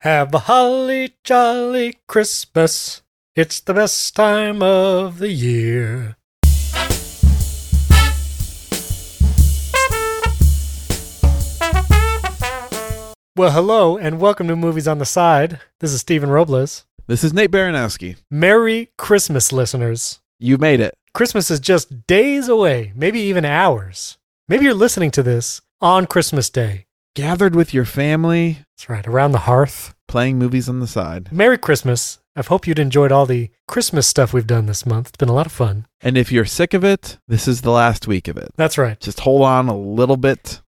Have a holly jolly Christmas. It's the best time of the year. Well, hello and welcome to Movies on the Side. This is Stephen Robles. This is Nate Baranowski. Merry Christmas, listeners. You made it. Christmas is just days away, maybe even hours. Maybe you're listening to this on Christmas Day. Gathered with your family, That's right, around the hearth. playing movies on the side. Merry Christmas. I hope you'd enjoyed all the Christmas stuff we've done this month. It's been a lot of fun. And if you're sick of it, this is the last week of it. That's right. Just hold on a little bit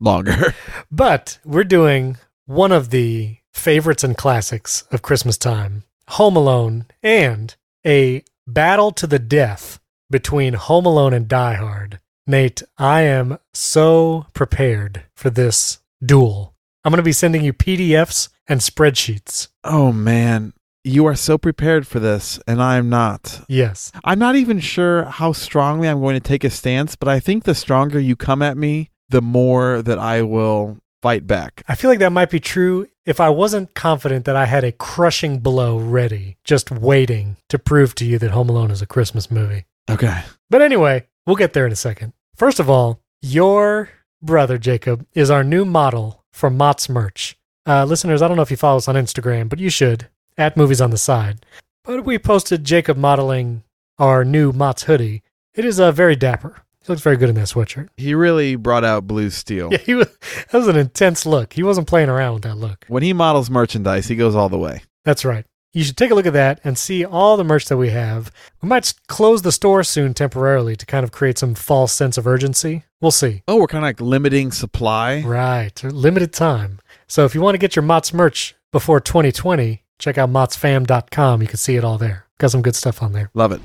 longer. But we're doing one of the favorites and classics of Christmas time Home Alone and a battle to the death between Home Alone and Die Hard. Nate, I am so prepared for this duel. I'm going to be sending you PDFs and spreadsheets. oh man, you are so prepared for this, and I'm not. Yes. I'm not even sure how strongly I'm going to take a stance, but I think the stronger you come at me, the more that I will fight back. I feel like that might be true if I wasn't confident that I had a crushing blow ready, just waiting to prove to you that Home Alone is a Christmas movie. Okay. But anyway, we'll get there in a second. First of all, your brother, Jacob, is our new model for Mott's merch. Uh, listeners, I don't know if you follow us on Instagram, but you should, at Movies on the Side. But we posted Jacob modeling our new Mott's hoodie. It is uh, very dapper. He looks very good in that sweatshirt. He really brought out blue steel. Yeah, he was, that was an intense look. He wasn't playing around with that look. When he models merchandise, he goes all the way. That's right. You should take a look at that and see all the merch that we have. We might s- close the store soon temporarily to kind of create some false sense of urgency. We'll see. Oh, we're kind of like limiting supply. Right. Limited time. So if you want to get your Mott's merch before 2020, check out mottsfam.com. You can see it all there. Got some good stuff on there. Love it.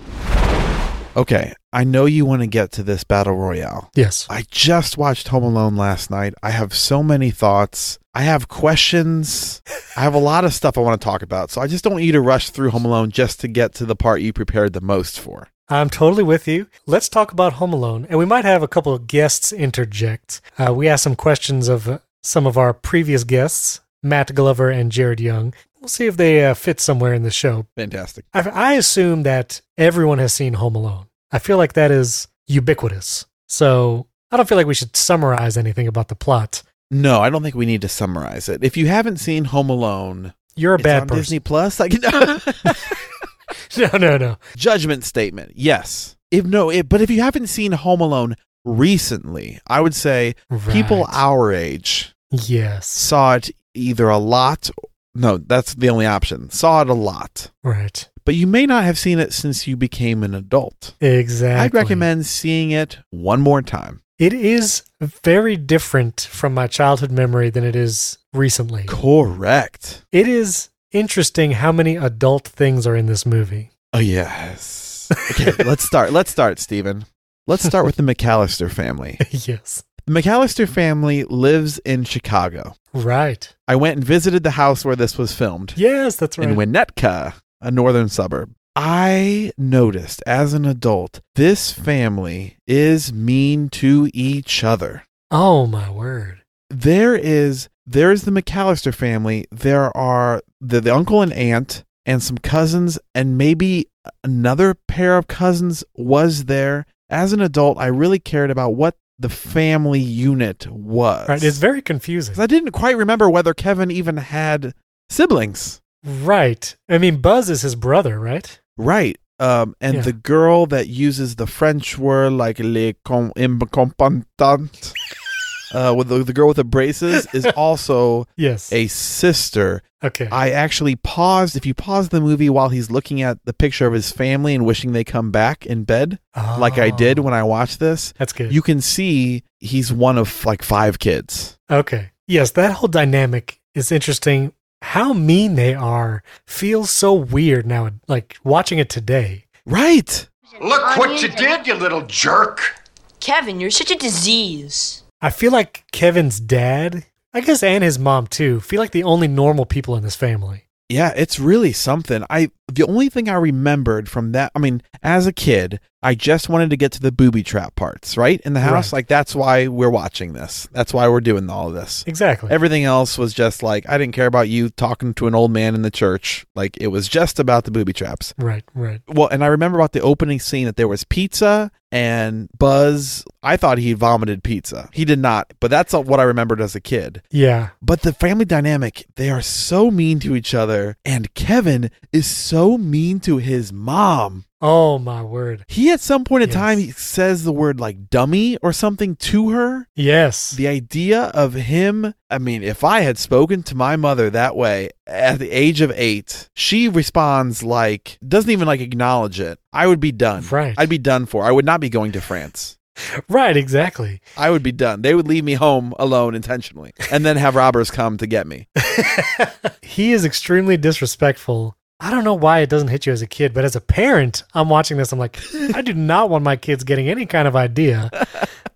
Okay, I know you want to get to this battle royale. Yes. I just watched Home Alone last night. I have so many thoughts. I have questions. I have a lot of stuff I want to talk about. So I just don't want you to rush through Home Alone just to get to the part you prepared the most for. I'm totally with you. Let's talk about Home Alone, and we might have a couple of guests interject. Uh, we asked some questions of uh, some of our previous guests, Matt Glover and Jared Young. We'll see if they uh, fit somewhere in the show. Fantastic. I, I assume that everyone has seen Home Alone. I feel like that is ubiquitous. So I don't feel like we should summarize anything about the plot. No, I don't think we need to summarize it. If you haven't seen Home Alone, You're a it's bad on person. Disney Plus. Like, No, no, no. judgment statement. Yes. If no, if, but if you haven't seen Home Alone recently, I would say people Right. our age Yes. saw it either a lot. No, that's the only option. Saw it a lot. Right. But you may not have seen it since you became an adult. Exactly. I'd recommend seeing it one more time. It is very different from my childhood memory than it is recently. Correct. It is interesting how many adult things are in this movie. Oh, yes. Okay, let's start. Let's start, Stephen. Let's start with the McAllister family. yes. The McAllister family lives in Chicago. Right. I went and visited the house where this was filmed. Yes, that's right. in Winnetka, a northern suburb. I noticed as an adult, this family is mean to each other. oh my word. There is there is the McAllister family. There are the, the uncle and aunt and some cousins and maybe another pair of cousins was there. As an adult, I really cared about what the family unit was. Right. It's very confusing. 'Cause I didn't quite remember whether Kevin even had siblings. Right. I mean, Buzz is his brother, right? Right. Um, and Yeah. the girl that uses the French word like le com- incompetent, uh, with the, the girl with the braces is also Yes. a sister. Okay. I actually paused. If you pause the movie while he's looking at the picture of his family and wishing they come back in bed, like I did Oh, when I watched this, That's good. you can see he's one of like five kids. okay. Yes, that whole dynamic is interesting. How mean they are feels so weird now, like watching it today. Right. Look what you Onions and- did, you little jerk! Kevin, you're such a disease. I feel like Kevin's dad, I guess, and his mom too, feel like the only normal people in this family. Yeah, it's really something. I the only thing I remembered from that, I mean, as a kid, I just wanted to get to the booby trap parts, right? In the house, Right. like that's why we're watching this. That's why we're doing all of this. Exactly. Everything else was just like I didn't care about you talking to an old man in the church. Like it was just about the booby traps. right, right. Well, and I remember about the opening scene that there was pizza and Buzz. I thought he vomited pizza. He did not, but that's what I remembered as a kid. Yeah. But the family dynamic, they are so mean to each other. And Kevin is so mean to his mom. Oh my word. He, at some point in Yes. time, he says the word like dummy or something to her. Yes. The idea of him, I mean, if I had spoken to my mother that way at the age of eight, she responds like, doesn't even like acknowledge it. I would be done. Right. I'd be done for. I would not be going to France. right, exactly. I would be done. They would leave me home alone intentionally and then have robbers come to get me. he is extremely disrespectful. I don't know why it doesn't hit you as a kid, but as a parent, I'm watching this. I'm like, I do not want my kids getting any kind of idea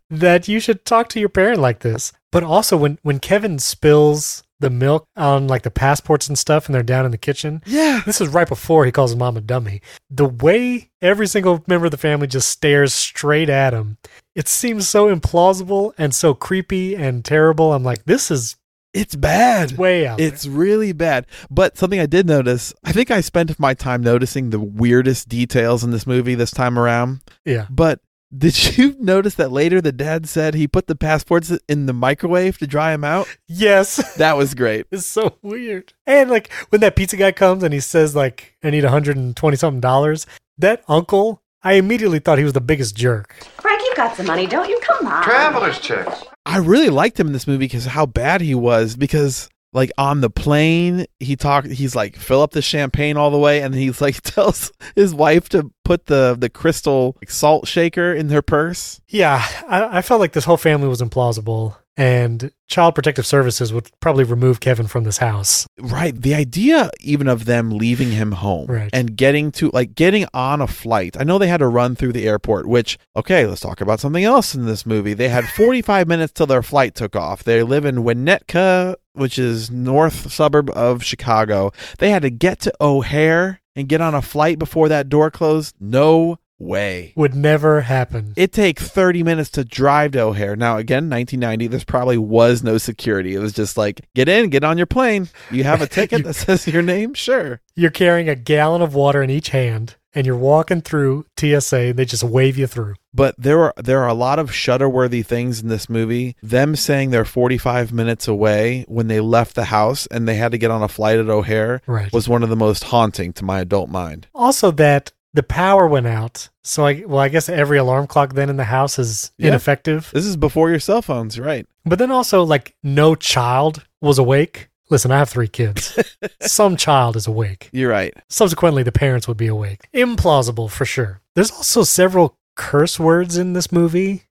that you should talk to your parent like this. But also, when when Kevin spills the milk on like the passports and stuff, and they're down in the kitchen, Yeah. this is right before he calls his mom a dummy. The way every single member of the family just stares straight at him, it seems so implausible and so creepy and terrible. I'm like, this is It's bad. way out. It's really bad. But something I did notice, I think I spent my time noticing the weirdest details in this movie this time around. there. yeah. But did you notice that later the dad said he put the passports in the microwave to dry him out? Yes. That was great. It's so weird. And like when that pizza guy comes and he says like I need 120 something dollars, that uncle, I immediately thought he was the biggest jerk. Frank, you've got some money, don't you? Come on. Traveler's checks. I really liked him in this movie because how bad he was because like on the plane he talked he's like fill up the champagne all the way and then he's like tells his wife to put the the crystal salt shaker in her purse Yeah, I, I felt like this whole family was implausible and child protective services would probably remove Kevin from this house. Right. The idea even of them leaving him home Right. and getting to like getting on a flight. I know they had to run through the airport, which okay, let's talk about something else in this movie. They had 45 minutes till their flight took off. They live in Winnetka, which is north suburb of Chicago. They had to get to O'Hare and get on a flight before that door closed. No way. Would never happen. It takes 30 minutes to drive to O'Hare. Now, again, 1990, this probably was no security. It was just like, get in, get on your plane. You have a ticket that says your name? Sure. You're carrying a gallon of water in each hand and you're walking through TSA and they just wave you through. But there are there are a lot of shudder-worthy things in this movie. Them saying they're 45 minutes away when they left the house and they had to get on a flight at O'Hare Right. was one of the most haunting to my adult mind. Also that the power went out. So I well I guess every alarm clock then in the house is Yeah. ineffective. This is before your cell phones, right? But then also, like, no child was awake. Listen, I have three kids. Some child is awake. You're right. Subsequently, the parents would be awake. Implausible for sure. There's also several curse words in this movie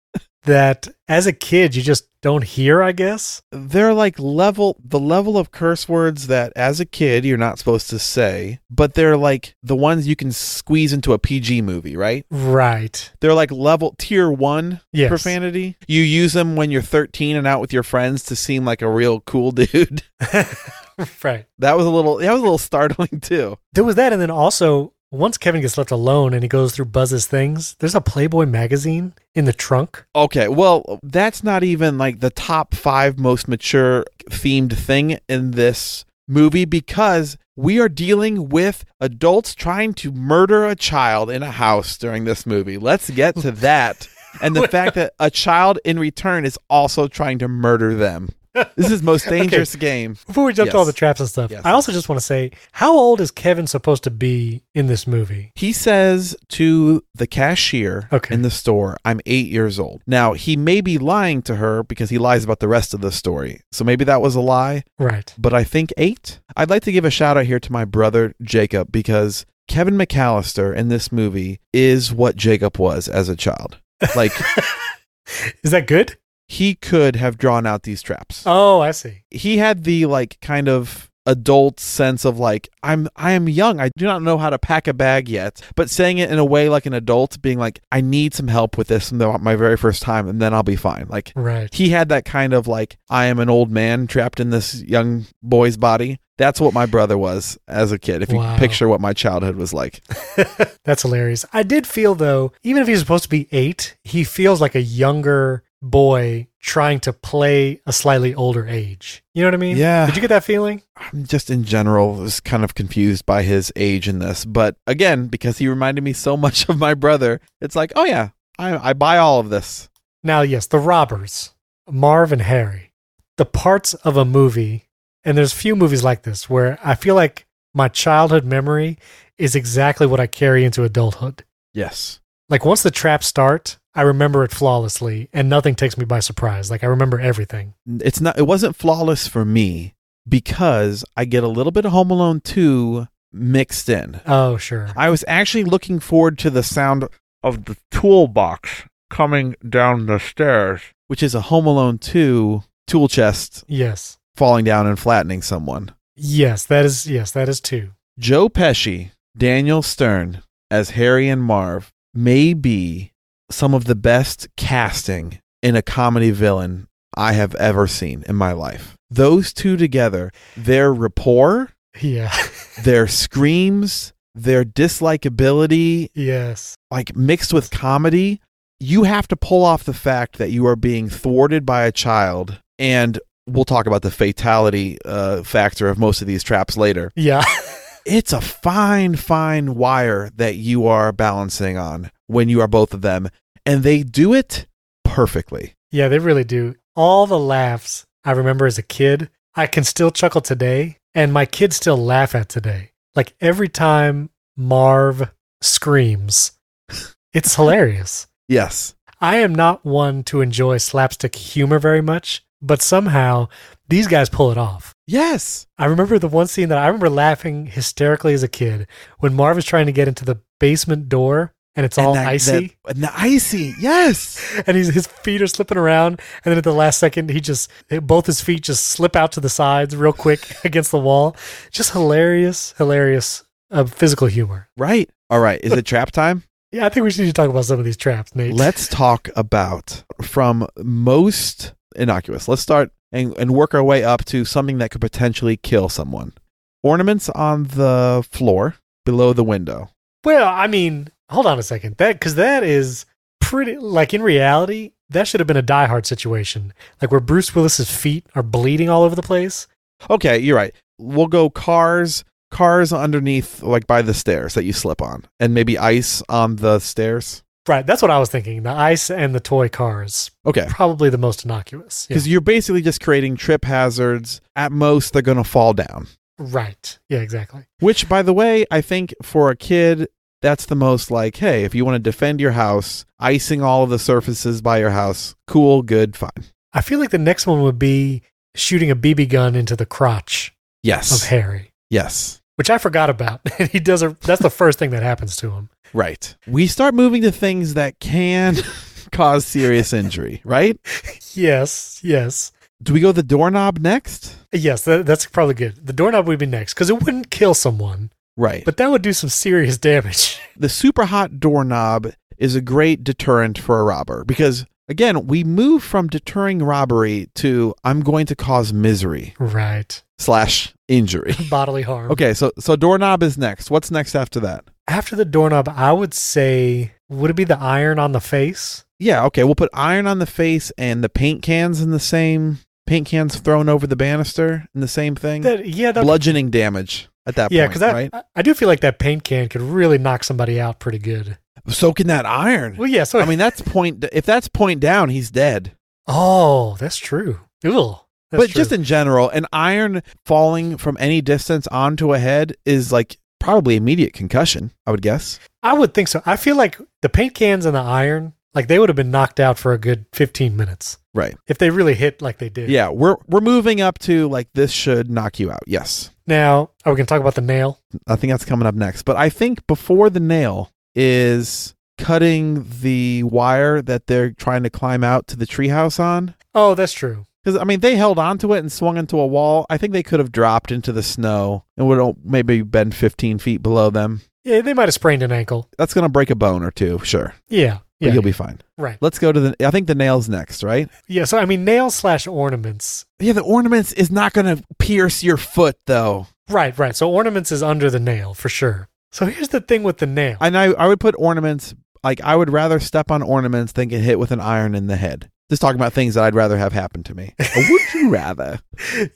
that, as a kid, you just don't hear, I guess. they're like level the level of curse words that as a kid you're not supposed to say, but they're like the ones you can squeeze into a PG movie, right? Right. They're like level tier 1 Yes. profanity. You use them when you're 13 and out with your friends to seem like a real cool dude. right. That was a little that was a little startling too. There was that. And then also, once Kevin gets left alone and he goes through Buzz's things, there's a Playboy magazine in the trunk. Okay, well, that's not even like the top 5 most mature themed thing in this movie because we are dealing with adults trying to murder a child in a house during this movie. Let's get to that. And the fact that a child in return is also trying to murder them. This is most dangerous game. Before we jump to all Yes. the traps and stuff, Yes. I also just want to say how old is Kevin supposed to be in this movie? He says to the cashier Okay. in the store, I'm eight years old. Now, he may be lying to her because he lies about the rest of the story. So maybe that was a lie. Right. but I think eight. I'd like to give a shout out here to my brother Jacob because Kevin McAllister in this movie is what Jacob was as a child. Like Is that good? he could have drawn out these traps. Oh, I see. He had the like kind of adult sense of like I'm I am young. I do not know how to pack a bag yet, but saying it in a way like an adult being like I need some help with this from the, my very first time and then I'll be fine. Like Right. he had that kind of like I am an old man trapped in this young boy's body. That's what my brother was as a kid. If Wow. you picture what my childhood was like. That's hilarious. I did feel though, even if he's supposed to be eight, he feels like a younger boy trying to play a slightly older age. You know what I mean? Yeah. Did you get that feeling? I'm just in general was kind of confused by his age in this, but again, because he reminded me so much of my brother, it's like, oh yeah, I, I buy all of this. Now, yes, the robbers, Marv and Harry, the parts of a movie, and there's few movies like this where I feel like my childhood memory is exactly what I carry into adulthood. Yes, Like once the traps start, I remember it flawlessly and nothing takes me by surprise. Like I remember everything. it's not. It wasn't flawless for me because I get a little bit of Home Alone two mixed in. Oh, sure. I was actually looking forward to the sound of the toolbox coming down the stairs, which is a Home Alone two tool chest yes. falling down and flattening someone. Yes, that is yes, that is two. Joe Pesci, Daniel Stern as Harry and Marv may be some of the best casting in a comedy villain I have ever seen in my life. Those two together, their rapport, Yeah. their screams, their dislikability, yes. like mixed with comedy, you have to pull off the fact that you are being thwarted by a child. And we'll talk about the fatality uh, factor of most of these traps later Yeah. it's a fine, fine wire that you are balancing on when you are both of them, and they do it perfectly. yeah, they really do. All the laughs I remember as a kid, I can still chuckle today, and my kids still laugh at today. Like every time Marv screams, it's hilarious. Yes, I am not one to enjoy slapstick humor very much, but somehow these guys pull it off. yes, I remember the one scene that I remember laughing hysterically as a kid when Marv is trying to get into the basement door and it's all And that- icy that- and the icy, yes, and he's, his feet are slipping around and then at the last second he just both his feet just slip out to the sides real quick against the wall. Just hilarious, hilarious uh, physical humor. right. All right, is it trap time? Yeah, I think we should need to talk about some of these traps, Nate. Let's talk about from most innocuous. Let's start and, and work our way up to something that could potentially kill someone. Ornaments on the floor below the window. Well, I mean, hold on a second. That because that is pretty like in reality, that should have been a Die Hard situation, like where Bruce Willis's feet are bleeding all over the place. Okay, you're right. We'll go cars, cars underneath, like by the stairs that you slip on, and maybe ice on the stairs. Right, that's what I was thinking. The ice and the toy cars, Okay. probably the most innocuous. Yeah. Because you're basically just creating trip hazards. At most, they're going to fall down. Right. Yeah, exactly. Which, by the way, I think for a kid, that's the most like, hey, if you want to defend your house, icing all of the surfaces by your house, cool, good, fine. I feel like the next one would be shooting a BB gun into the crotch of Yes. Harry, Yes. which I forgot about. And he does a, that's the first thing that happens to him. Right. We start moving to things that can cause serious injury, right? Yes, yes. Do we go the doorknob next? Yes, that, that's probably good. The doorknob would be next because it wouldn't kill someone. Right. But that would do some serious damage. the super hot doorknob is a great deterrent for a robber because again we move from deterring robbery to i'm going to cause misery Right. slash injury Bodily harm. okay so so doorknob is next what's next after that After the doorknob, I would say, would it be the iron on the face? yeah okay we'll put iron on the face and the paint cans in the same paint cans thrown over the banister in the same thing That, yeah, that, bludgeoning damage at that yeah, point because I, right I, I do feel like that paint can could really knock somebody out pretty good. so can that iron Well, yeah. So i mean that's point if that's point down he's dead oh, that's true. Ew, that's but just true. in general, an iron falling from any distance onto a head is like probably immediate concussion, I would guess. I would think so. I feel like the paint cans and the iron, like they would have been knocked out for a good fifteen minutes Right. if they really hit like they did. Yeah, we're we're moving up to like this should knock you out. Yes. Now, are we going to talk about the nail? I think that's coming up next. But I think before the nail is cutting the wire that they're trying to climb out to the treehouse on. Oh, that's true. Because I mean, they held onto it and swung into a wall. I think they could have dropped into the snow and would have maybe been 15 feet below them. Yeah, they might have sprained an ankle. That's going to break a bone or two, sure, Yeah. but Yeah. you'll be fine. right. Let's go to the. I think the nails next, right? Yeah. So, I mean, nails slash ornaments. Yeah, the ornaments is not going to pierce your foot though. Right, right. So, ornaments is under the nail for sure. So, here's the thing with the nail. And I, I would put ornaments. Like I would rather step on ornaments than get hit with an iron in the head. Just talking about things that I'd rather have happen to me. Or would you rather?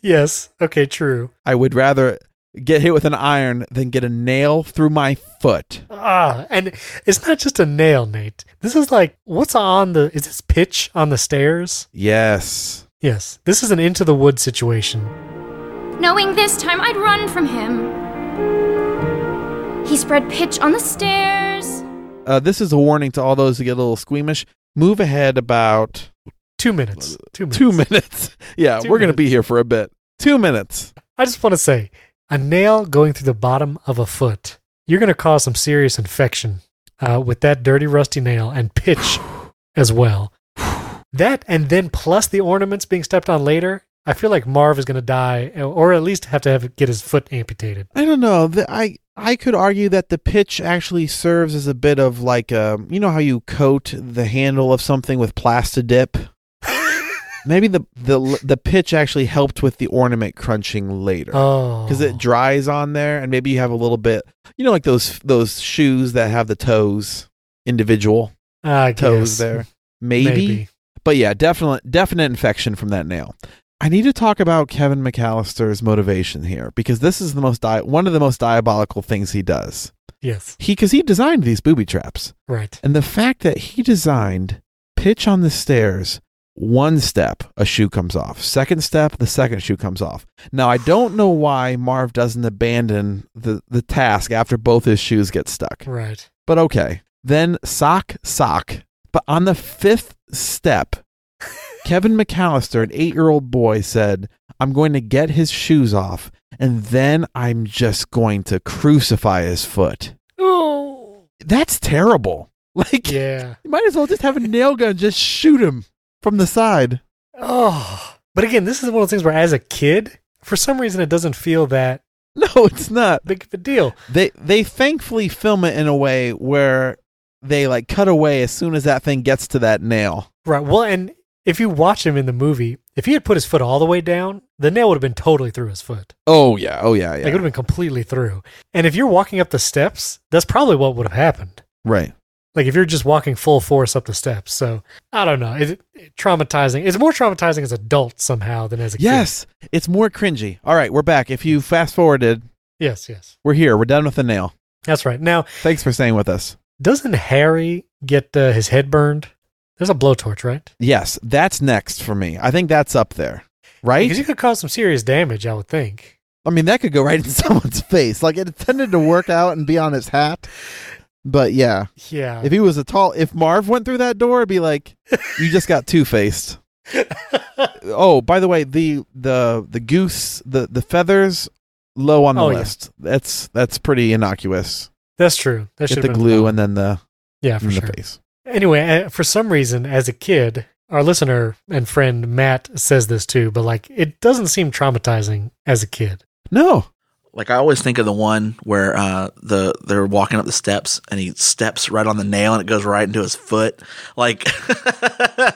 yes. Okay, true. I would rather get hit with an iron than get a nail through my foot. Ah, and it's not just a nail, Nate. This is like, what's on the, is this pitch on the stairs? Yes. Yes. This is an into the wood situation. Knowing this time I'd run from him. He spread pitch on the stairs. Uh, this is a warning to all those who get a little squeamish. Move ahead about Two minutes. Two minutes. two minutes. yeah, Two we're going to minutes. be here for a bit. Two minutes. I just want to say a nail going through the bottom of a foot, you're going to cause some serious infection uh, with that dirty, rusty nail and pitch as well. That and then plus the ornaments being stepped on later, I feel like Marv is going to die or at least have to have get his foot amputated. I don't know. The, I I could argue that the pitch actually serves as a bit of like um, you know how you coat the handle of something with Plastidip. Maybe the the the pitch actually helped with the ornament crunching later Oh. because it dries on there, and maybe you have a little bit. You know, like those those shoes that have the toes individual Oh, I toes guess. there. maybe but yeah, definite definite infection from that nail. I need to talk about Kevin McAllister's motivation here because this is the most di- one of the most diabolical things he does. Yes. He because he designed these booby traps, Right. and the fact that he designed pitch on the stairs. One step, a shoe comes off. Second step, the second shoe comes off. Now I don't know why Marv doesn't abandon the, the task after both his shoes get stuck Right. but okay. Then sock, sock. But on the fifth step, Kevin McAllister, an eight year old boy, said, I'm going to get his shoes off and then I'm just going to crucify his foot. Oh. That's terrible. Like, Yeah. you might as well just have a nail gun, just shoot him from the side. Oh. But again, this is one of those things where as a kid, for some reason it doesn't feel that No, it's not. big of a deal. They they thankfully film it in a way where they like cut away as soon as that thing gets to that nail. Right. Well, and if you watch him in the movie, if he had put his foot all the way down, the nail would have been totally through his foot. Oh yeah, oh yeah, Like, it would have been completely through. And if you're walking up the steps, that's probably what would have happened. right. Like, if you're just walking full force up the steps. So, I don't know. It, it- traumatizing. It's more traumatizing as adult somehow than as a Yes, it's more cringy. All right, we're back. If you fast forwarded, kid. Yes. Yes. we're here. We're done with the nail. That's right. Now, Thanks for staying with us. doesn't Harry get uh, his head burned? There's a blowtorch, right? Yes, that's next for me. I think that's up there, Because right? you could cause some serious damage, I would think. I mean, that could go right in someone's face. Like it tended to work out and be on his hat. But yeah, Yeah. if he was a tall, if Marv went through that door, it'd be like, you just got two faced. oh, by the way, the the the goose, the the feathers, low on the Oh, yeah. list. That's that's pretty innocuous. that's true. That should Get the glue and then the, yeah, for and the sure. face. Anyway, uh, for some reason, as a kid, our listener and friend Matt says this too, but like it doesn't seem traumatizing as a kid. No, Like I always think of the one where uh, the they're walking up the steps and he steps right on the nail and it goes right into his foot. Like,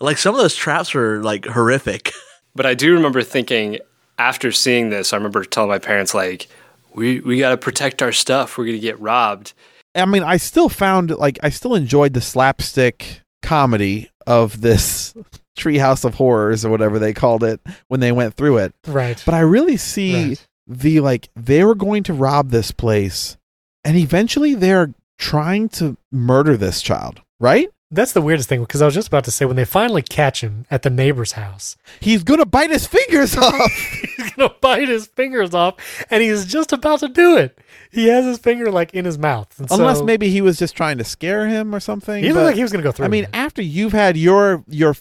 like some of those traps were like horrific. But I do remember thinking after seeing this, I remember telling my parents like, "We we got to protect our stuff. We're gonna get robbed." I mean, I still found like I still enjoyed the slapstick comedy of this Treehouse of Horrors or whatever they called it when they went through it. Right. But I really see Right. the like they were going to rob this place, and eventually they're trying to murder this child. Right? That's the weirdest thing because I was just about to say when they finally catch him at the neighbor's house, He's gonna bite his fingers off. he's going to bite his fingers off and he's just about to do it. He has his finger like in his mouth. And Unless so- maybe he was just trying to scare him or something. He but- looked like he was going to go through. I mean, with it. after you've had your your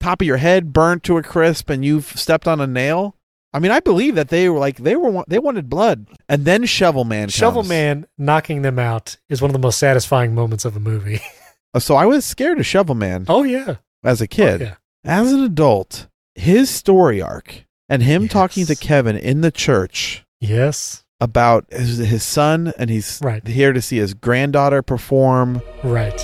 top of your head burnt to a crisp and you've stepped on a nail, I mean, I believe that they were like they were wa- they wanted blood, and then Shovel Man. comes. Shovel Man knocking them out is one of the most satisfying moments of a movie. Uh, So I was scared of Shovel Man oh, yeah. as a kid. yeah. as an adult, his story arc and him Yes. talking to Kevin in the church Yes. about his, his son and he's Right. here to see his granddaughter perform. Right.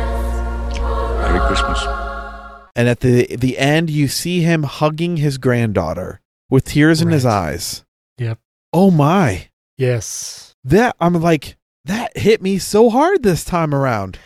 Merry Christmas. And at the the end you see him hugging his granddaughter with tears in his Right. eyes. Yep. Oh my. Yes. That I'm like that hit me so hard this time around.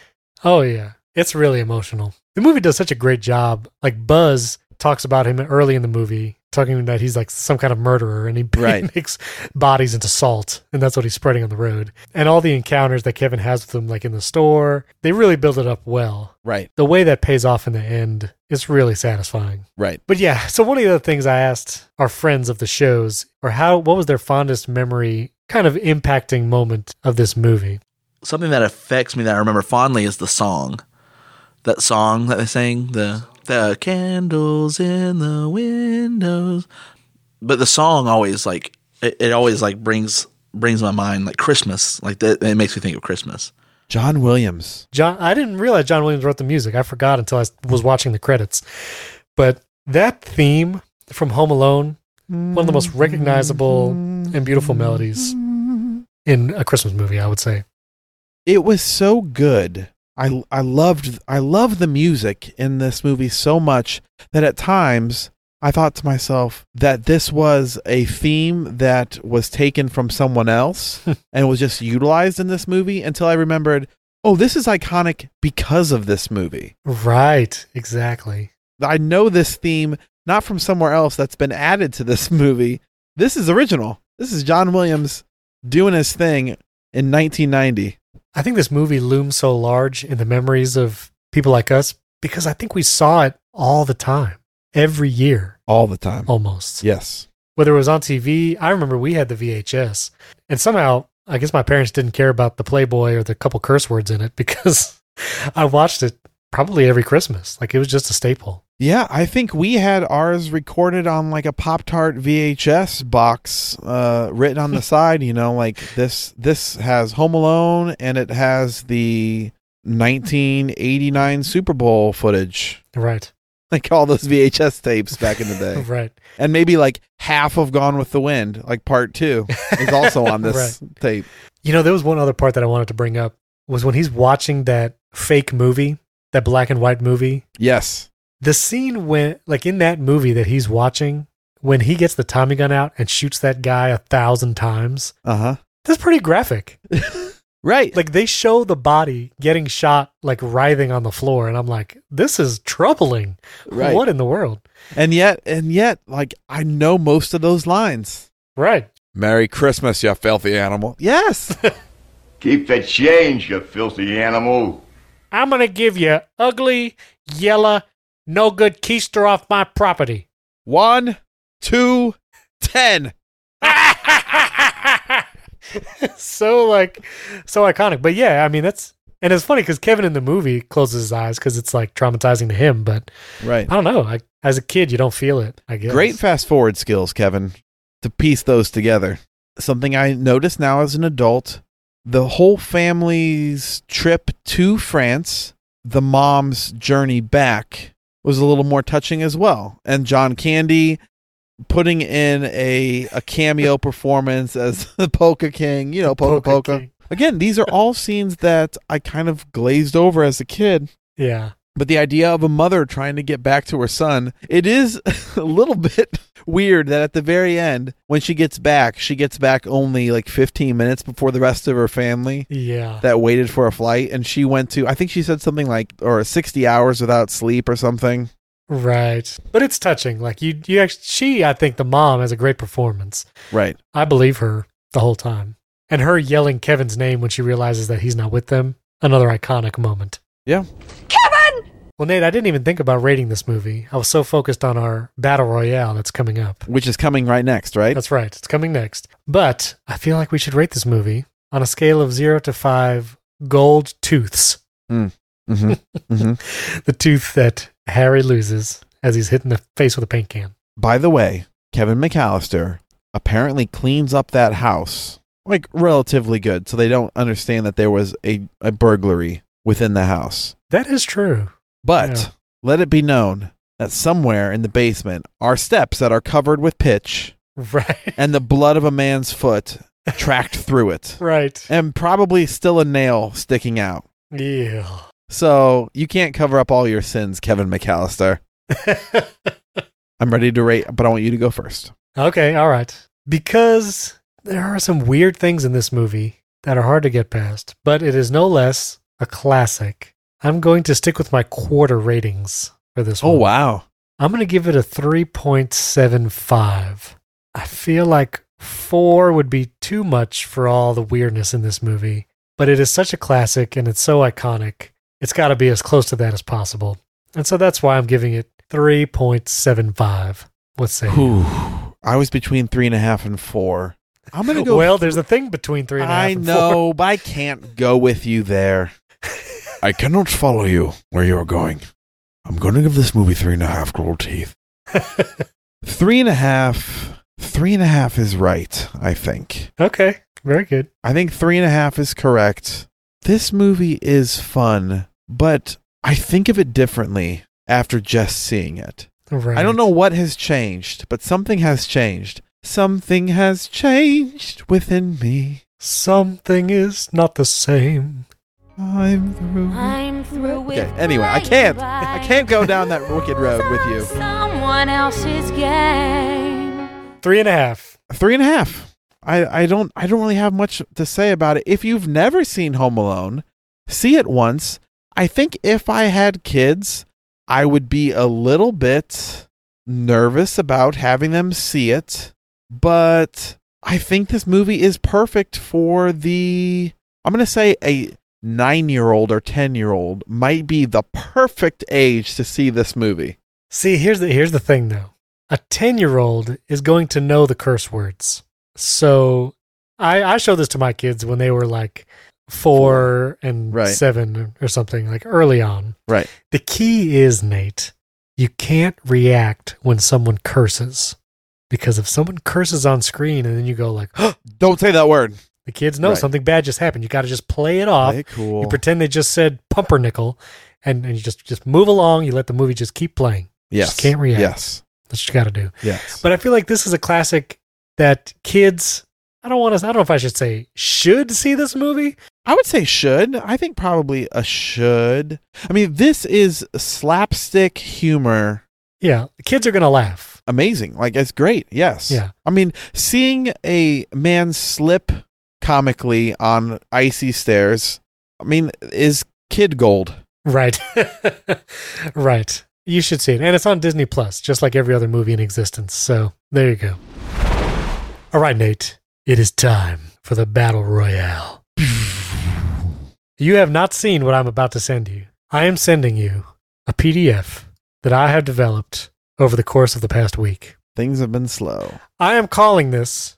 Oh yeah. It's really emotional. The movie does such a great job. Like Buzz talks about him early in the movie, talking that he's like some kind of murderer and he Right. makes bodies into salt, and that's what he's spreading on the road. And all the encounters that Kevin has with him, like in the store, they really build it up well. Right, The way that pays off in the end is really satisfying. right. But yeah, so one of the other things I asked our friends of the shows or how what was their fondest memory kind of impacting moment of this movie. Something that affects me that I remember fondly is the song. That song that they sang, the the candles in the windows. But the song always like it, it always like brings brings my mind like Christmas. Like that it makes me think of Christmas. John Williams. John I didn't realize John Williams wrote the music. I forgot until I was watching the credits. But that theme from Home Alone, one of the most recognizable and beautiful melodies in a Christmas movie, I would say. It was so good. I I loved I loved the music in this movie so much that at times I thought to myself that this was a theme that was taken from someone else and was just utilized in this movie until I remembered, oh, this is iconic because of this movie. Right, exactly. I know this theme not from somewhere else that's been added to this movie. This is original. This is John Williams doing his thing in 1990. I think this movie looms so large in the memories of people like us because I think we saw it all the time, every year All the time. almost. Yes. Whether it was on TV, I remember we had the VHS, and somehow I guess my parents didn't care about the Playboy or the couple curse words in it because I watched it probably every Christmas. Like it was just a staple. Yeah, I think we had ours recorded on like a Pop Tart VHS box, uh, written on the side. You know, like this. This has Home Alone, and it has the 1989 Super Bowl footage, Right, like all those VHS tapes back in the day, right. and maybe like half of Gone with the Wind, like part two, is also on this tape. You know, there was one other part that I wanted to bring up was when he's watching that fake movie, that black and white movie Yes, the scene when like in that movie that he's watching when he gets the tommy gun out and shoots that guy a thousand times uh huh. that's pretty graphic Right. like they show the body getting shot like writhing on the floor and i'm like this is troubling Right. what in the world and yet, and yet, like I know most of those lines. right Merry Christmas, you filthy animal. Yes. Keep the change, you filthy animal. i'm gonna give you ugly yellow no good keister off my property One, two, ten. so like so iconic but yeah i mean that's and it's funny because kevin in the movie closes his eyes because it's like traumatizing to him but Right. i don't know I, as a kid you don't feel it i guess Great fast forward skills, Kevin, to piece those together. Something I notice now as an adult the whole family's trip to France, the mom's journey back was a little more touching as well. And John Candy pooting in a, a cameo performance as the Polka King, you know, Polka Polka Polka. King. Again, these are all scenes that I kind of glazed over as a kid. yeah But the idea of a mother trying to get back to her son, it is a little bit weird that at the very end, when she gets back, she gets back only like 15 minutes before the rest of her family yeah that waited for a flight. And she went to, I think she said something like, or 60 hours without sleep or something. right but it's touching like you you actually she i think the mom has a great performance Right. i believe her the whole time and her yelling kevin's name when she realizes that he's not with them another iconic moment Yeah. Kevin! well nate i didn't even think about rating this movie i was so focused on our battle royale that's coming up Which is coming right next, right? That's right. It's coming next. But I feel like we should rate this movie on a scale of zero to five gold tooths. hmm hmm The tooth that Harry loses as he's hit in the face with a paint can. By the way, Kevin McAllister apparently cleans up that house like relatively good. So they don't understand that there was a, a burglary within the house. That is true. But Yeah. let it be known that somewhere in the basement are steps that are covered with pitch Right. and the blood of a man's foot tracked through it, Right. and probably still a nail sticking out. Yeah. So you can't cover up all your sins, Kevin McAllister. I'm ready to rate, but I want you to go first. okay. All right. Because there are some weird things in this movie that are hard to get past, but it is no less a classic. I'm going to stick with my quarter ratings for this one. Oh, wow. I'm going to give it a 3.75. I feel like 4 would be too much for all the weirdness in this movie, but it is such a classic and it's so iconic. It's got to be as close to that as possible. And so that's why I'm giving it 3.75. Let's say. I was between three and a half and four. I'm gonna go. well, there's a thing between three and a half. I and know, but I can't go with you there. I cannot follow you where you are going. I'm going to give this movie three and a half gold teeth. four. Three and a half. Three and a half is right. I think. okay, very good. I think three and a half is correct. This movie is fun, but I think of it differently after just seeing it. Right. I don't know what has changed, but something has changed. Something has changed within me. Something is not the same. I'm through. I'm through with Okay, anyway, I can't. I can't go down that wicked road with you. Someone else's game. Three and a half. Three and a half. I, I don't I don't really have much to say about it. If you've never seen Home Alone, see it once. I think if I had kids, I would be a little bit nervous about having them see it. But I think this movie is perfect for the I'm gonna say a nine year old or ten year old might be the perfect age to see this movie. See, here's the here's the thing though. A ten year old is going to know the curse words. So I I show this to my kids when they were like four and Right. seven or something, like early on. Right. The key is, Nate, you can't react when someone curses. Because if someone curses on screen and then you go like, Don't say that word. the kids know Right. something bad just happened. You gotta just play it off. Play it cool. You pretend they just said pumpernickel and, and you just, just move along, you let the movie just keep playing. Yes. Just can't react. Yes. That's what you gotta do. Yes. But I feel like this is a classic that kids. I don't want to. I don't know if I should say should see this movie. I would say should. I think probably a should. I mean, this is slapstick humor. Yeah, kids are gonna laugh. Amazing. Like it's great. Yes. Yeah. I mean, seeing a man slip comically on icy stairs, I mean, is kid gold. Right, right. You should see it, and it's on Disney Plus, just like every other movie in existence. So there you go. All right, Nate. It is time for the battle royale. You have not seen what I'm about to send you. I am sending you a PDF that I have developed over the course of the past week. Things have been slow. I am calling this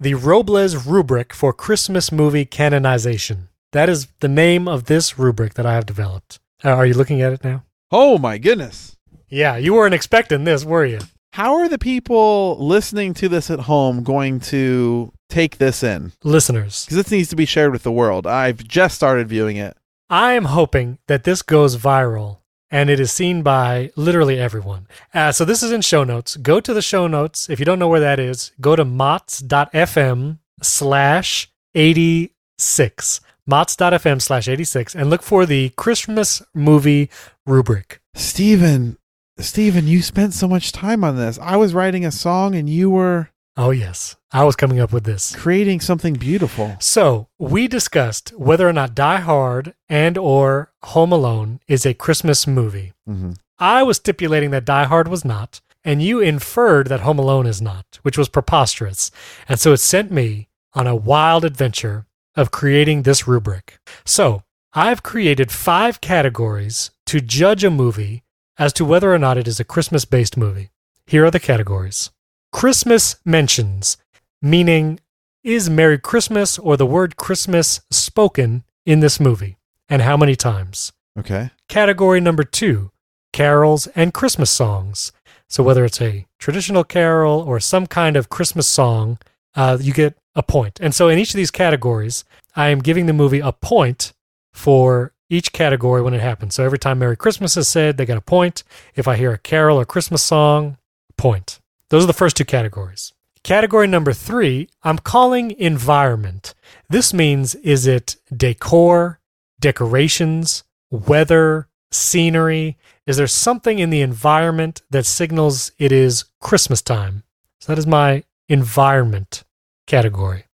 the Robles rubric for Christmas movie canonization. That is the name of this rubric that I have developed. Uh, are you looking at it now? Oh my goodness. Yeah, you weren't expecting this, were you? How are the people listening to this at home going to take this in? Listeners, Because this needs to be shared with the world. I've just started viewing it. I am hoping that this goes viral and it is seen by literally everyone. Uh, so this is in show notes. Go to the show notes. If you don't know where that is, go to mots.fm slash 86. Mots.fm slash 86 and look for the Christmas movie rubric. Steven, Steven, you spent so much time on this. I was writing a song and you were Oh, yes. I was coming up with this. creating something beautiful. So we discussed whether or not Die Hard and or Home Alone is a Christmas movie. Mm-hmm. I was stipulating that Die Hard was not, and you inferred that Home Alone is not, which was preposterous. And so it sent me on a wild adventure of creating this rubric. So I've created five categories to judge a movie as to whether or not it is a Christmas based movie. Here are the categories Christmas mentions, meaning is Merry Christmas or the word Christmas spoken in this movie, and how many times? Okay. Category number two carols and Christmas songs. So, whether it's a traditional carol or some kind of Christmas song, uh, you get a point. And so, in each of these categories, I am giving the movie a point for each category when it happens. So every time Merry Christmas is said, they got a point. If I hear a carol or Christmas song, point. Those are the first two categories. Category number three, I'm calling environment. This means is it decor, decorations, weather, scenery? Is there something in the environment that signals it is Christmas time? So that is my environment category.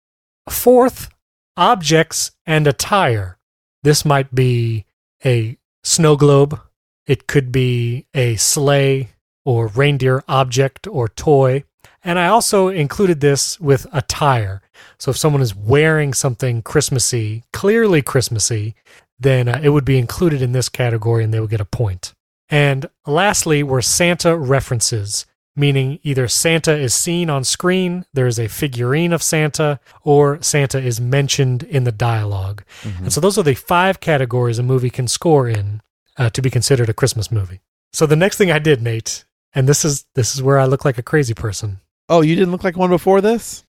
Fourth, objects and attire. This might be a snow globe, it could be a sleigh or reindeer object or toy. And I also included this with attire. So if someone is wearing something Christmassy, clearly Christmassy, then uh, it would be included in this category and they would get a point. And lastly, were Santa references, meaning either Santa is seen on screen, there is a figurine of Santa, or Santa is mentioned in the dialog mm-hmm. And so those are the five categories a movie can score in uh, to be considered a Christmas movie. So the next thing I did, Nate, and this is this is where I look like a crazy person. Oh, you didn't look like one before this?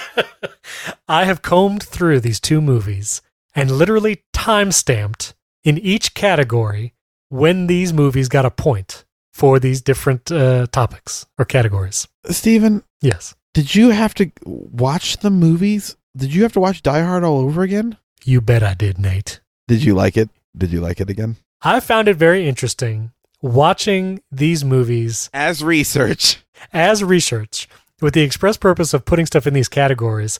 I have combed through these two movies and literally time-stamped in each category when these movies got a point for these different uh, topics or categories. Stephen, yes. Did you have to watch the movies? Did you have to watch Die Hard all over again? You bet I did, Nate. Did you like it? Did you like it again? I found it very interesting watching these movies as research. As research, with the express purpose of putting stuff in these categories,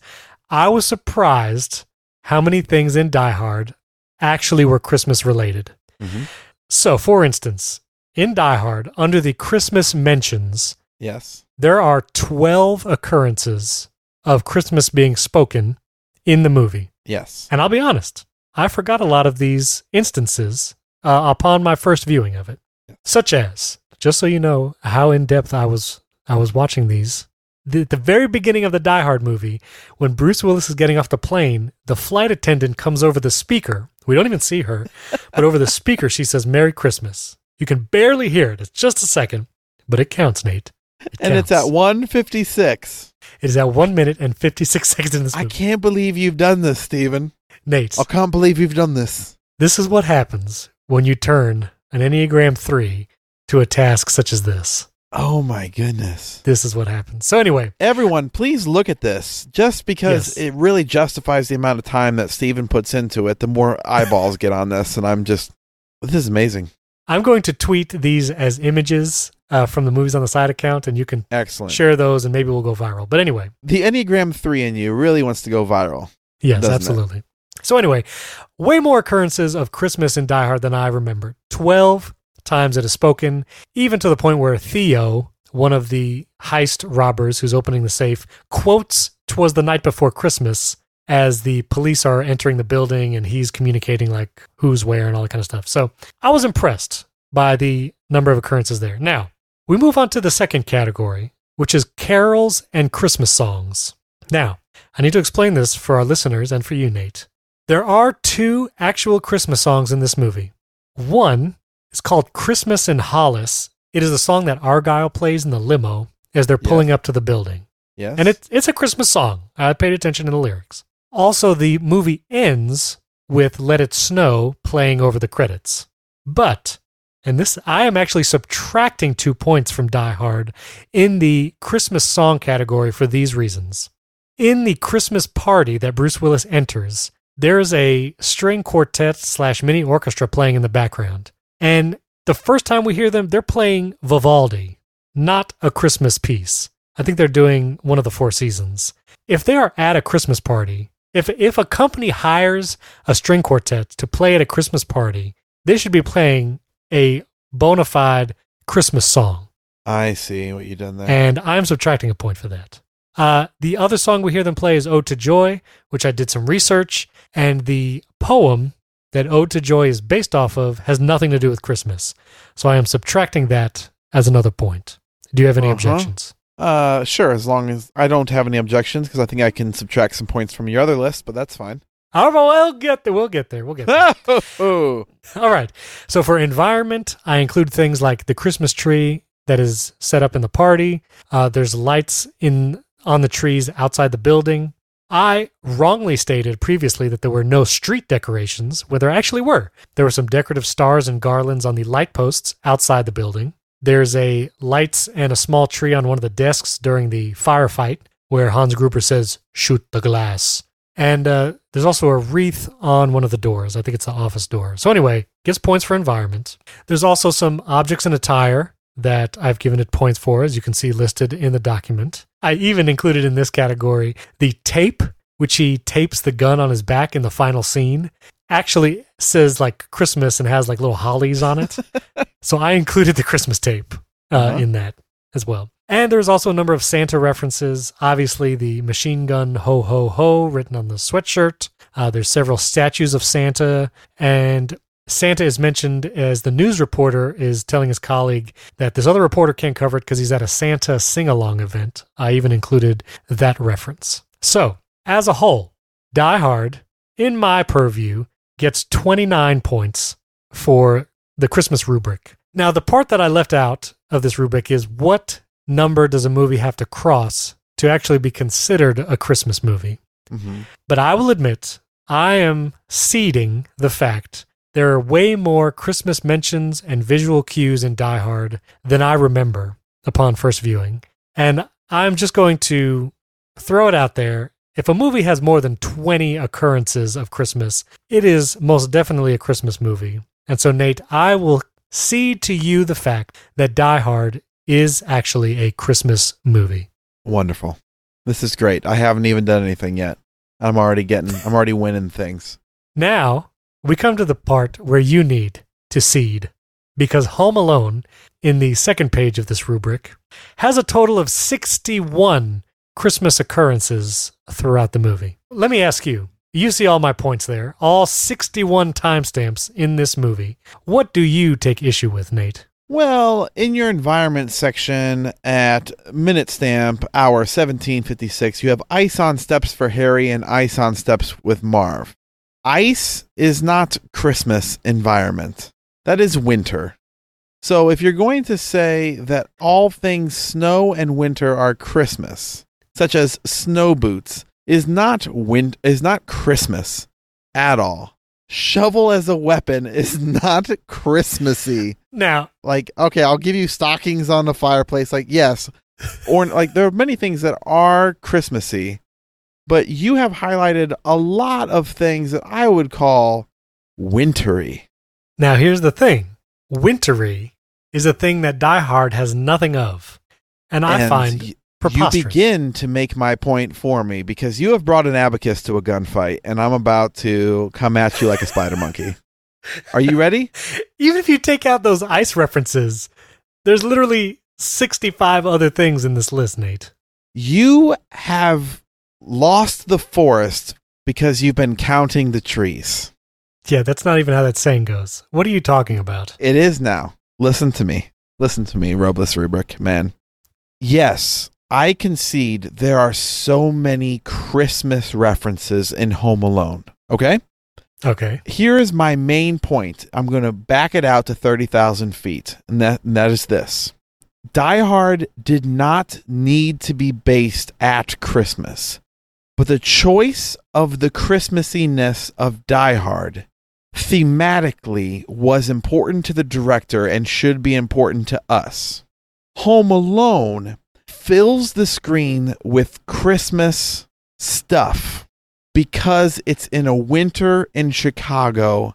I was surprised how many things in Die Hard actually were Christmas related. Mm-hmm. So, for instance, in Die Hard, under the Christmas mentions, yes, there are 12 occurrences of Christmas being spoken in the movie. Yes. And I'll be honest, I forgot a lot of these instances uh, upon my first viewing of it such as just so you know how in depth I was I was watching these. The, the very beginning of the Die Hard movie, when Bruce Willis is getting off the plane, the flight attendant comes over the speaker. We don't even see her, but over the speaker she says "Merry Christmas." You can barely hear it. It's just a second, but it counts, Nate. It and counts. it's at one fifty six. It is at one minute and fifty six seconds in this. Movie. I can't believe you've done this, Stephen. Nate, I can't believe you've done this. This is what happens when you turn an Enneagram 3 to a task such as this. Oh my goodness. This is what happens. So, anyway, everyone, please look at this just because yes. it really justifies the amount of time that Steven puts into it. The more eyeballs get on this, and I'm just, this is amazing. I'm going to tweet these as images uh, from the Movies on the Side account, and you can Excellent. share those and maybe we'll go viral. But anyway, the Enneagram 3 in you really wants to go viral. Yes, absolutely. It? So anyway, way more occurrences of Christmas in Die Hard than I remember. Twelve times it is spoken, even to the point where Theo, one of the heist robbers who's opening the safe, quotes "Twas the night before Christmas" as the police are entering the building and he's communicating like who's where and all that kind of stuff. So I was impressed by the number of occurrences there. Now we move on to the second category, which is carols and Christmas songs. Now I need to explain this for our listeners and for you, Nate. There are two actual Christmas songs in this movie. One is called Christmas in Hollis. It is a song that Argyle plays in the limo as they're pulling yes. up to the building. Yes. And it, it's a Christmas song. I paid attention to the lyrics. Also, the movie ends with Let It Snow playing over the credits. But, and this, I am actually subtracting two points from Die Hard in the Christmas song category for these reasons. In the Christmas party that Bruce Willis enters, there's a string quartet slash mini orchestra playing in the background. And the first time we hear them, they're playing Vivaldi, not a Christmas piece. I think they're doing one of the four seasons. If they are at a Christmas party, if, if a company hires a string quartet to play at a Christmas party, they should be playing a bona fide Christmas song. I see what you've done there. And I'm subtracting a point for that. Uh, the other song we hear them play is Ode to Joy, which I did some research, and the poem that Ode to Joy is based off of has nothing to do with Christmas. So I am subtracting that as another point. Do you have any uh-huh. objections? Uh, sure, as long as I don't have any objections, because I think I can subtract some points from your other list, but that's fine. Oh, we'll get there. We'll get there. We'll get there. Oh! All right. So for environment, I include things like the Christmas tree that is set up in the party. Uh, there's lights in on the trees outside the building. I wrongly stated previously that there were no street decorations, where there actually were. There were some decorative stars and garlands on the light posts outside the building. There's a lights and a small tree on one of the desks during the firefight, where Hans Gruber says, "Shoot the glass." And uh, there's also a wreath on one of the doors. I think it's the office door. So anyway, gets points for environment. There's also some objects and attire that I've given it points for, as you can see listed in the document. I even included in this category the tape, which he tapes the gun on his back in the final scene, actually says like Christmas and has like little hollies on it. so I included the Christmas tape uh, Uh-huh. in that as well. And there's also a number of Santa references. Obviously, the machine gun ho ho ho written on the sweatshirt. Uh, there's several statues of Santa, and Santa is mentioned as the news reporter is telling his colleague that this other reporter can't cover it because he's at a Santa sing along event. I even included that reference. So, as a whole, Die Hard, in my purview, gets 29 points for the Christmas rubric. Now, the part that I left out of this rubric is what number does a movie have to cross to actually be considered a Christmas movie? Mm-hmm. But I will admit, I am seeding the fact there are way more Christmas mentions and visual cues in Die Hard than I remember upon first viewing. And I'm just going to throw it out there. If a movie has more than 20 occurrences of Christmas, it is most definitely a Christmas movie. And so, Nate, I will cede to you the fact that Die Hard is actually a Christmas movie. Wonderful. This is great. I haven't even done anything yet. I'm already getting. I'm already winning things. Now we come to the part where you need to seed because Home Alone, in the second page of this rubric, has a total of 61 Christmas occurrences throughout the movie. Let me ask you you see all my points there, all 61 timestamps in this movie. What do you take issue with, Nate? Well, in your environment section at minute stamp hour 1756, you have ice on steps for Harry and ice on steps with Marv. Ice is not Christmas environment. That is winter. So if you're going to say that all things snow and winter are Christmas, such as snow boots, is not win- is not Christmas at all. Shovel as a weapon is not Christmassy Now, like okay i'll give you stockings on the fireplace like yes or like there are many things that are christmassy but you have highlighted a lot of things that i would call wintry Now, here's the thing wintry is a thing that Die Hard has nothing of. And I And find y- preposterous. you begin to make my point for me because you have brought an abacus to a gunfight and i'm about to come at you like a spider monkey are you ready even if you take out those ice references, there's literally 65 other things in this list, Nate. you have lost the forest because you've been counting the trees Yeah, that's not even how that saying goes. What are you talking about? It is now. Listen to me. Listen to me, Robles Rubric, man. Yes, I concede there are so many Christmas references in Home Alone. Okay? Okay. Here is my main point. I'm going to back it out to 30,000 feet, and that, and that is this Die Hard did not need to be based at Christmas, but the choice of the Christmassiness of Die Hard thematically was important to the director and should be important to us. Home Alone fills the screen with Christmas stuff because it's in a winter in Chicago.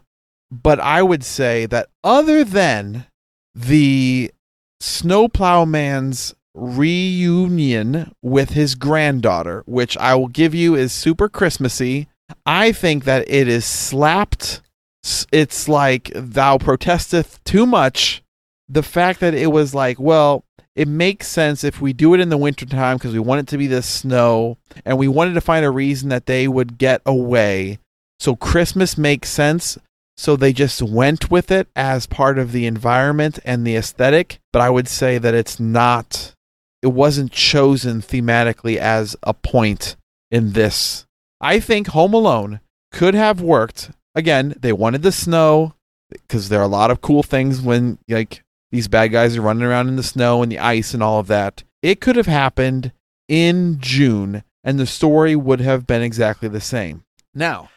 But I would say that other than the snowplow man's reunion with his granddaughter, which I will give you is super Christmassy, I think that it is slapped. S- It's like thou protesteth too much. The fact that it was like, well, it makes sense if we do it in the wintertime because we want it to be this snow and we wanted to find a reason that they would get away. So Christmas makes sense. So they just went with it as part of the environment and the aesthetic. But I would say that it's not, it wasn't chosen thematically as a point in this. I think Home Alone could have worked. Again, they wanted the snow because there are a lot of cool things when like these bad guys are running around in the snow and the ice and all of that. It could have happened in June and the story would have been exactly the same. Now,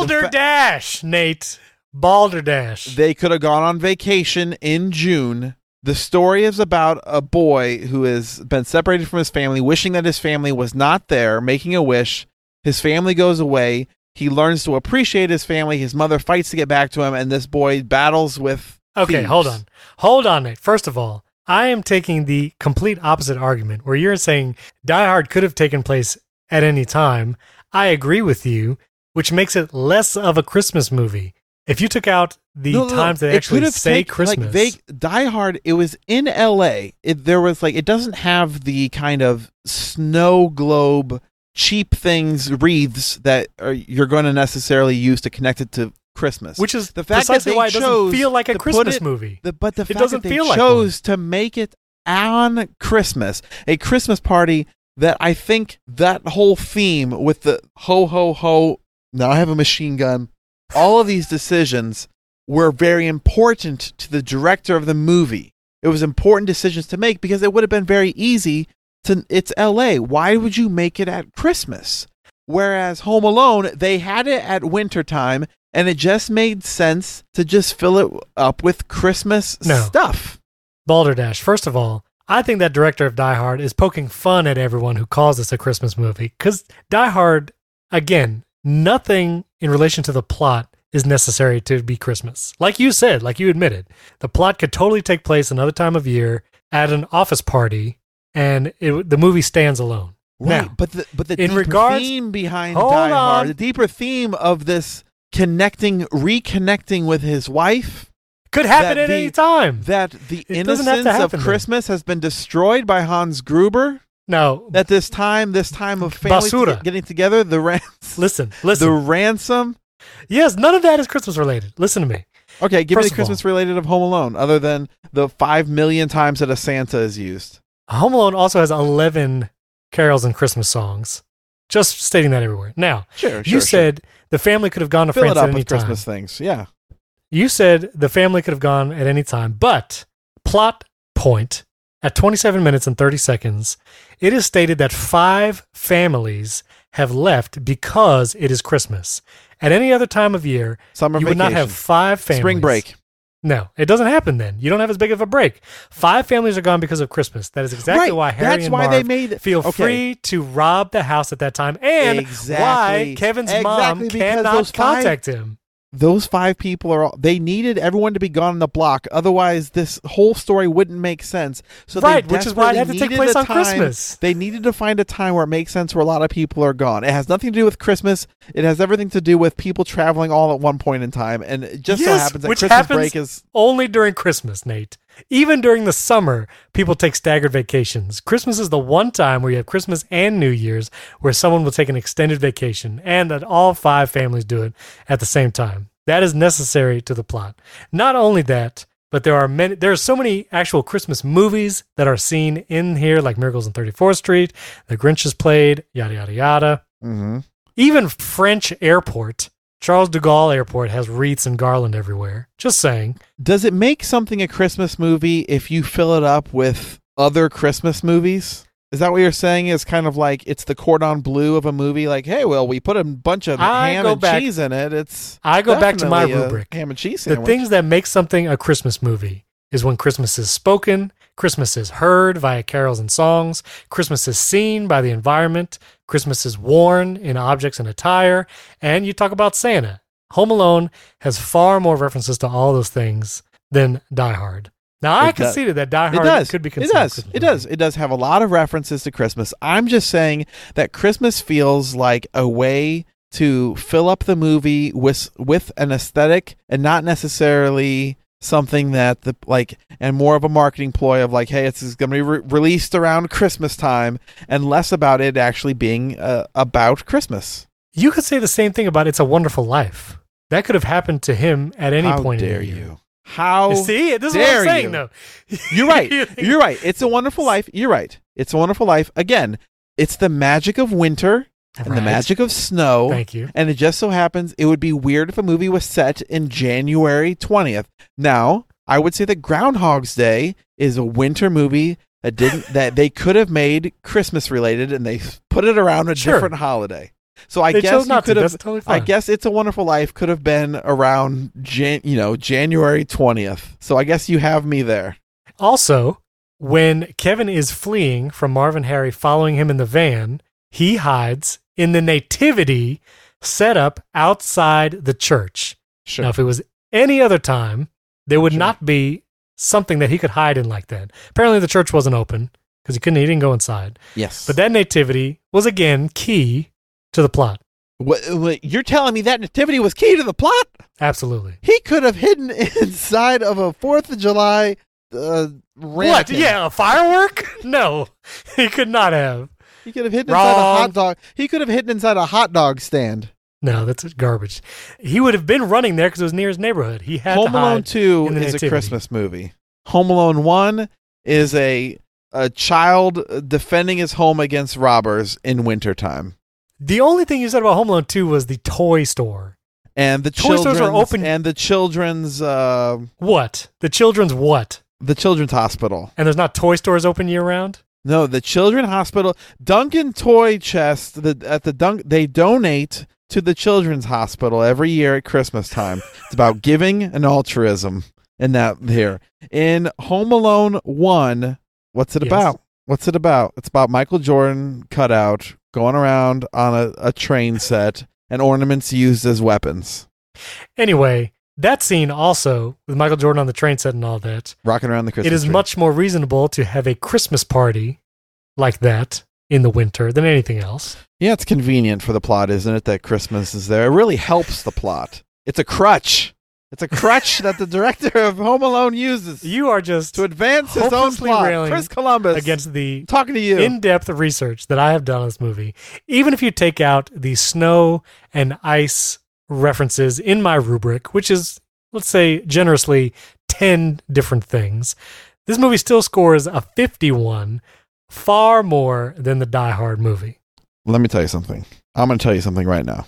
Balderdash, Nate. Balderdash. they could have gone on vacation in June. The story is about a boy who has been separated from his family, wishing that his family was not there, making a wish. His family goes away. He learns to appreciate his family. His mother fights to get back to him, and this boy battles with. Okay, thieves. hold on. Hold on, Nate. First of all, I am taking the complete opposite argument where you're saying Die Hard could have taken place at any time. I agree with you, which makes it less of a Christmas movie. If you took out the No, no, no. times It that actually could have say take- like, Christmas, they Die Hard. It was in L.A. It, there was like it doesn't have the kind of snow globe cheap things wreaths that are, you're going to necessarily use to connect it to Christmas. which is the fact precisely that they why it chose doesn't feel like a to put Christmas it- movie. The, but the It fact doesn't that they feel like chose to make it on Christmas, a Christmas party that I think that whole theme with the ho ho ho. Now I have a machine gun. All of these decisions were very important to the director of the movie. It was important decisions to make because it would have been very easy to. It's L.A. Why would you make it at Christmas? Whereas Home Alone, they had it at wintertime, and it just made sense to just fill it up with Christmas No. stuff. Balderdash. First of all, I think that director of Die Hard is poking fun at everyone who calls this a Christmas movie because Die Hard, again, nothing in relation to the plot is necessary to be Christmas. Like you said, like you admitted, the plot could totally take place another time of year at an office party, and it, the movie stands alone. Right. Now, but the but the in deeper regards- theme behind Hold Die Hard, on. the deeper theme of this connecting, reconnecting with his wife, could happen that at the- any time. that the It doesn't have to innocence of happen then. Christmas has been destroyed by Hans Gruber. no, That this time, this time of families to- Basura. getting together, the ransom, listen, the listen. ransom. yes, none of that is Christmas related. Listen to me. Okay, give First me of the all- Christmas related of Home Alone, other than the five million times that a Santa is used. Home Alone also has 11 carols and Christmas songs. Just stating that everywhere. Now, Sure, you said the family could have gone to fill France it at up any with time. Christmas things. Yeah, You said the family could have gone at any time, but plot point at 27 minutes and 30 seconds, it is stated that five families have left because it is Christmas. At any other time of year, summer you would vacation, not have five families. spring break. No, it doesn't happen then. You don't have as big of a break. Five families are gone because of Christmas. That is exactly Right, why Harry that's and why they Marv made- feel okay. free to rob the house at that time, and Exactly. why Kevin's Exactly, mom because those cannot five- contact him. Those five people are. All, they needed everyone to be gone on the block, otherwise this whole story wouldn't make sense. So they Right, which is why it desperately had to take needed place a on time- Christmas. They needed to find a time where it makes sense where a lot of people are gone. It has nothing to do with Christmas. It has everything to do with people traveling all at one point in time, and it just so Yes, happens that which Christmas happens break is only during Christmas, Nate. Even during the summer, people take staggered vacations. Christmas is the one time where you have Christmas and New Year's where someone will take an extended vacation, and that all five families do it at the same time. That is necessary to the plot. Not only that, but there are many. There are so many actual Christmas movies that are seen in here, like Miracles on 34th Street, The Grinch is played, yada yada yada. Mhm. Even French airport, Charles de Gaulle Airport, has wreaths and garland everywhere. Just saying. Does it make something a Christmas movie if you fill it up with other Christmas movies? Is that what you're saying? Is kind of like it's the cordon bleu of a movie. Like, hey, well, we put a bunch of I ham go and back- cheese in it. It's I go back to my definitely a rubric. ham and cheese The sandwich. things that make something a Christmas movie is when Christmas is spoken, Christmas is heard via carols and songs, Christmas is seen by the environment, Christmas is worn in objects and attire, and you talk about Santa. Home Alone has far more references to all those things than Die Hard. Now, I It does. conceded that Die it Hard does. could be it considered. a does. Christmas It does. movie. It does have a lot of references to Christmas. I'm just saying that Christmas feels like a way to fill up the movie with with an aesthetic and not necessarily something that the like and more of a marketing ploy of like hey it's, going to be re- released around christmas time and less about it actually being uh, about christmas You could say the same thing about It's a Wonderful Life. That could have happened to him at any how point. in the dare year. you how See, this is what dare I'm saying, you. though. You're right. You're right. It's a wonderful life. You're right. It's a wonderful life. Again, it's the magic of winter and the Right. magic of snow. Thank you. And it just so happens it would be weird if a movie was set in January 20th. Now, I would say that Groundhog's Day is a winter movie that didn't that they could have made Christmas related and they put it around a Sure. different holiday. So I They guess chose you not to. could have. That's totally I fine. guess it's a Wonderful Life could have been around Jan, you know, January twentieth. So I guess you have me there. Also, when Kevin is fleeing from Marvin Harry following him in the van, he hides in the nativity set up outside the church. Sure. Now, if it was any other time, there would Sure. not be something that he could hide in like that. Apparently, the church wasn't open because he couldn't, he didn't go inside. Yes. But that nativity was again key to the plot. What, what, you're telling me that nativity was key to the plot? Absolutely. He could have hidden inside of a Fourth of July. Uh, rampkin. What? Yeah, a firework? No, he could not have. He could have hidden inside a Wrong. hot dog. He could have hidden inside a hot dog stand. No, that's garbage. He would have been running there because it was near his neighborhood. He had Home to Alone hide Two in the is a nativity. Christmas movie. Home Alone One is a a child defending his home against robbers in wintertime. The only thing you said about Home Alone 2 was the toy store. And the Toy stores are children's open- and the children's uh, What? The children's what? the children's hospital. And there's not toy stores open year round? No, the children hospital Duncan Toy Chest the, at the Dunk they donate to the children's hospital every year at Christmas time. it's about giving and altruism and that here. In Home Alone 1, what's it Yes. about? What's it about? It's about Michael Jordan cutout going around on a, a train set and ornaments used as weapons. Anyway, that scene also, with Michael Jordan on the train set and all that, Rocking around the Christmas it is tree. much more reasonable to have a Christmas party like that in the winter than anything else. Yeah, it's convenient for the plot, isn't it? That Christmas is there. It really helps the plot. It's a crutch. It's a crutch that the director of Home Alone uses You are just to advance his own hopelessly plot. railing Chris Columbus. against the I'm talking to you. in depth research that I have done on this movie, even if you take out the snow and ice references in my rubric, which is, let's say, generously 10 different things, this movie still scores a 51, far more than the Die Hard movie. Let me tell you something. I'm going to tell you something right now.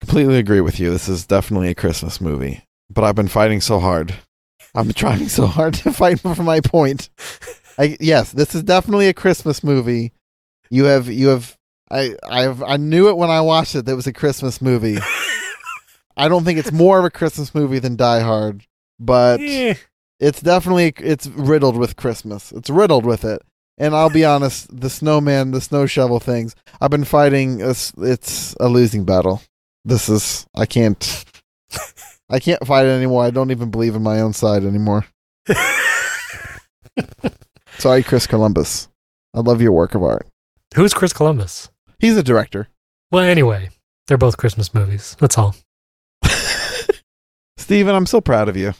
Completely agree with you. This is definitely a Christmas movie, but I've been fighting so hard. I've been trying so hard to fight for my point. I, yes, this is definitely a Christmas movie. You have you have I I've I knew it when I watched it that it was a Christmas movie. I don't think it's more of a Christmas movie than Die Hard, but Eh, it's definitely it's riddled with Christmas. It's riddled with it. And I'll be honest, the snowman, the snow shovel things. I've been fighting. A, s- it's a losing battle. This is I can't. I can't fight it anymore. I don't even believe in my own side anymore. Sorry, Chris Columbus. I love your work of art. Who's Chris Columbus? He's a director. Well, anyway, they're both Christmas movies. That's all. Steven, I'm so proud of you.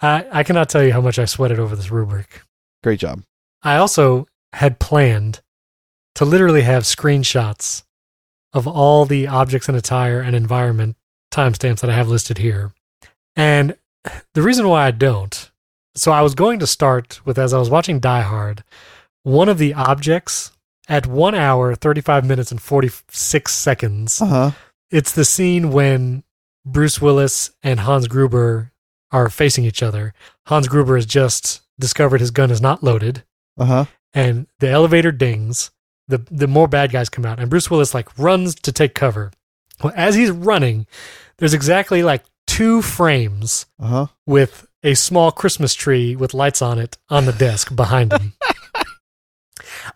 I, I cannot tell you how much I sweated over this rubric. Great job. I also had planned to literally have screenshots of all the objects and attire and environment timestamps that I have listed here. And the reason why I don't, so I was going to start with as I was watching Die Hard, one of the objects at one hour, 35 minutes, and 46 seconds. Uh huh. It's the scene when Bruce Willis and Hans Gruber are facing each other. Hans Gruber has just discovered his gun is not loaded Uh huh. and the elevator dings the the more bad guys come out and bruce willis like runs to take cover well as he's running there's exactly like two frames Uh huh. with a small christmas tree with lights on it on the desk behind him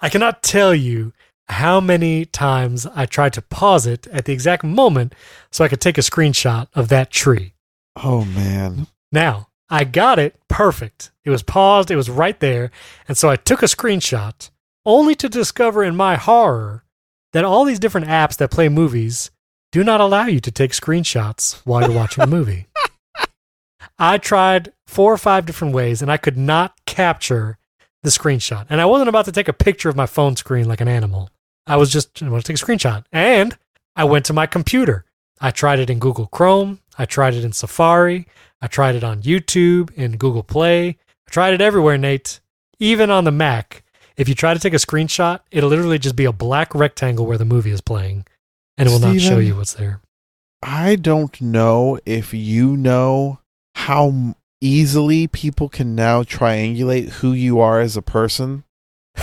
i cannot tell you how many times i tried to pause it at the exact moment so i could take a screenshot of that tree Oh man. now, I got it perfect. It was paused, it was right there. And so I took a screenshot, only to discover in my horror that all these different apps that play movies do not allow you to take screenshots while you're watching a movie. I tried four or five different ways and I could not capture the screenshot. And I wasn't about to take a picture of my phone screen like an animal. I was just, I want to take a screenshot. And I went to my computer. I tried it in Google Chrome. I tried it in Safari. I tried it on YouTube, in Google Play. I tried it everywhere, Nate. Even on the Mac, if you try to take a screenshot, it'll literally just be a black rectangle where the movie is playing, and it will not show Steven. you what's there. I don't know if you know how m- easily people can now triangulate who you are as a person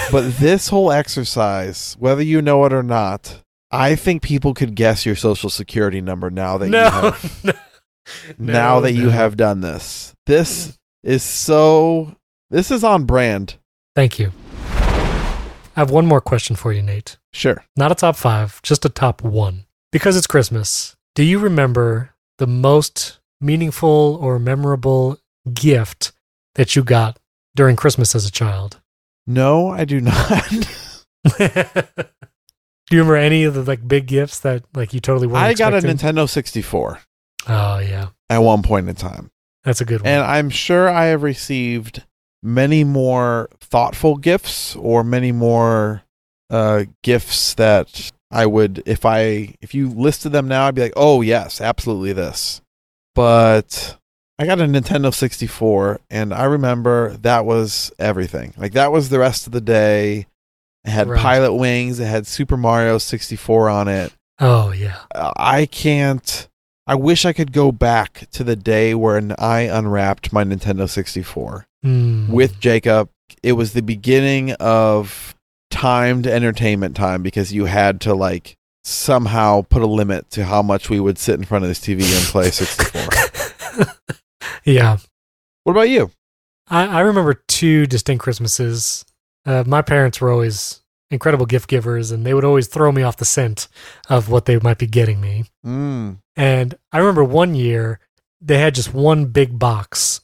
but this whole exercise, whether you know it or not, I think people could guess your social security number now that you No. have now that you have done this. This is so this is on brand. Thank you. I have one more question for you, Nate. Sure. Not a top five, just a top one. Because it's Christmas, do you remember the most meaningful or memorable gift that you got during Christmas as a child? No, I do not. do you remember any of the like big gifts that like you totally weren't? I got a expecting? Nintendo 64 Oh yeah, at one point in time. that's a good one. And I'm sure I have received many more thoughtful gifts or many more uh, gifts that I would if I if you listed them now I'd be like, "Oh yes, absolutely this." But I got a Nintendo 64 and I remember that was everything. Like that was the rest of the day. It had Right. Pilot Wings, it had Super Mario 64 on it. oh yeah, I can't. I wish I could go back to the day when I unwrapped my Nintendo 64 Mm. with Jacob. It was the beginning of timed entertainment time because you had to like somehow put a limit to how much we would sit in front of this TV and play 64. yeah. what about you? I, I remember two distinct Christmases. Uh, my parents were always incredible gift givers, and they would always throw me off the scent of what they might be getting me. Mm. And I remember one year they had just one big box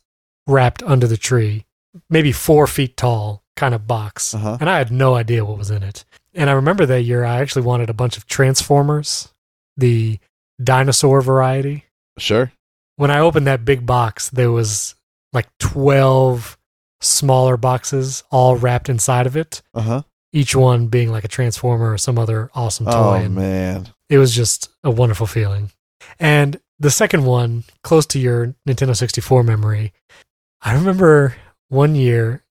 wrapped under the tree, maybe four feet tall kind of box. Uh-huh. And I had no idea what was in it. And I remember that year I actually wanted a bunch of Transformers, the dinosaur variety. Sure. When I opened that big box, there was like 12 smaller boxes all wrapped inside of it, Uh huh. each one being like a Transformer or some other awesome toy. Oh And man. it was just a wonderful feeling. And the second one, close to your Nintendo 64 memory, I remember one year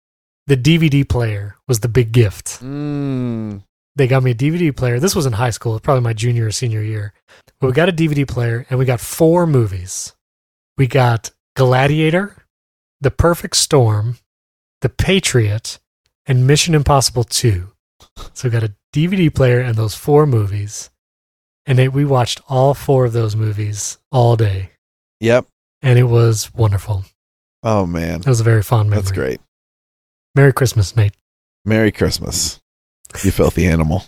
the DVD player was the big gift. Mm. They got me a DVD player. This was in high school, probably my junior or senior year. But we got a DVD player and we got four movies. We got Gladiator, The Perfect Storm, The Patriot, and Mission Impossible 2. So we got a DVD player and those four movies. And it, we watched all four of those movies all day. Yep. And it was wonderful. Oh man. It was a very fond memory. That's great. Merry Christmas, Nate. Merry Christmas. You filthy animal.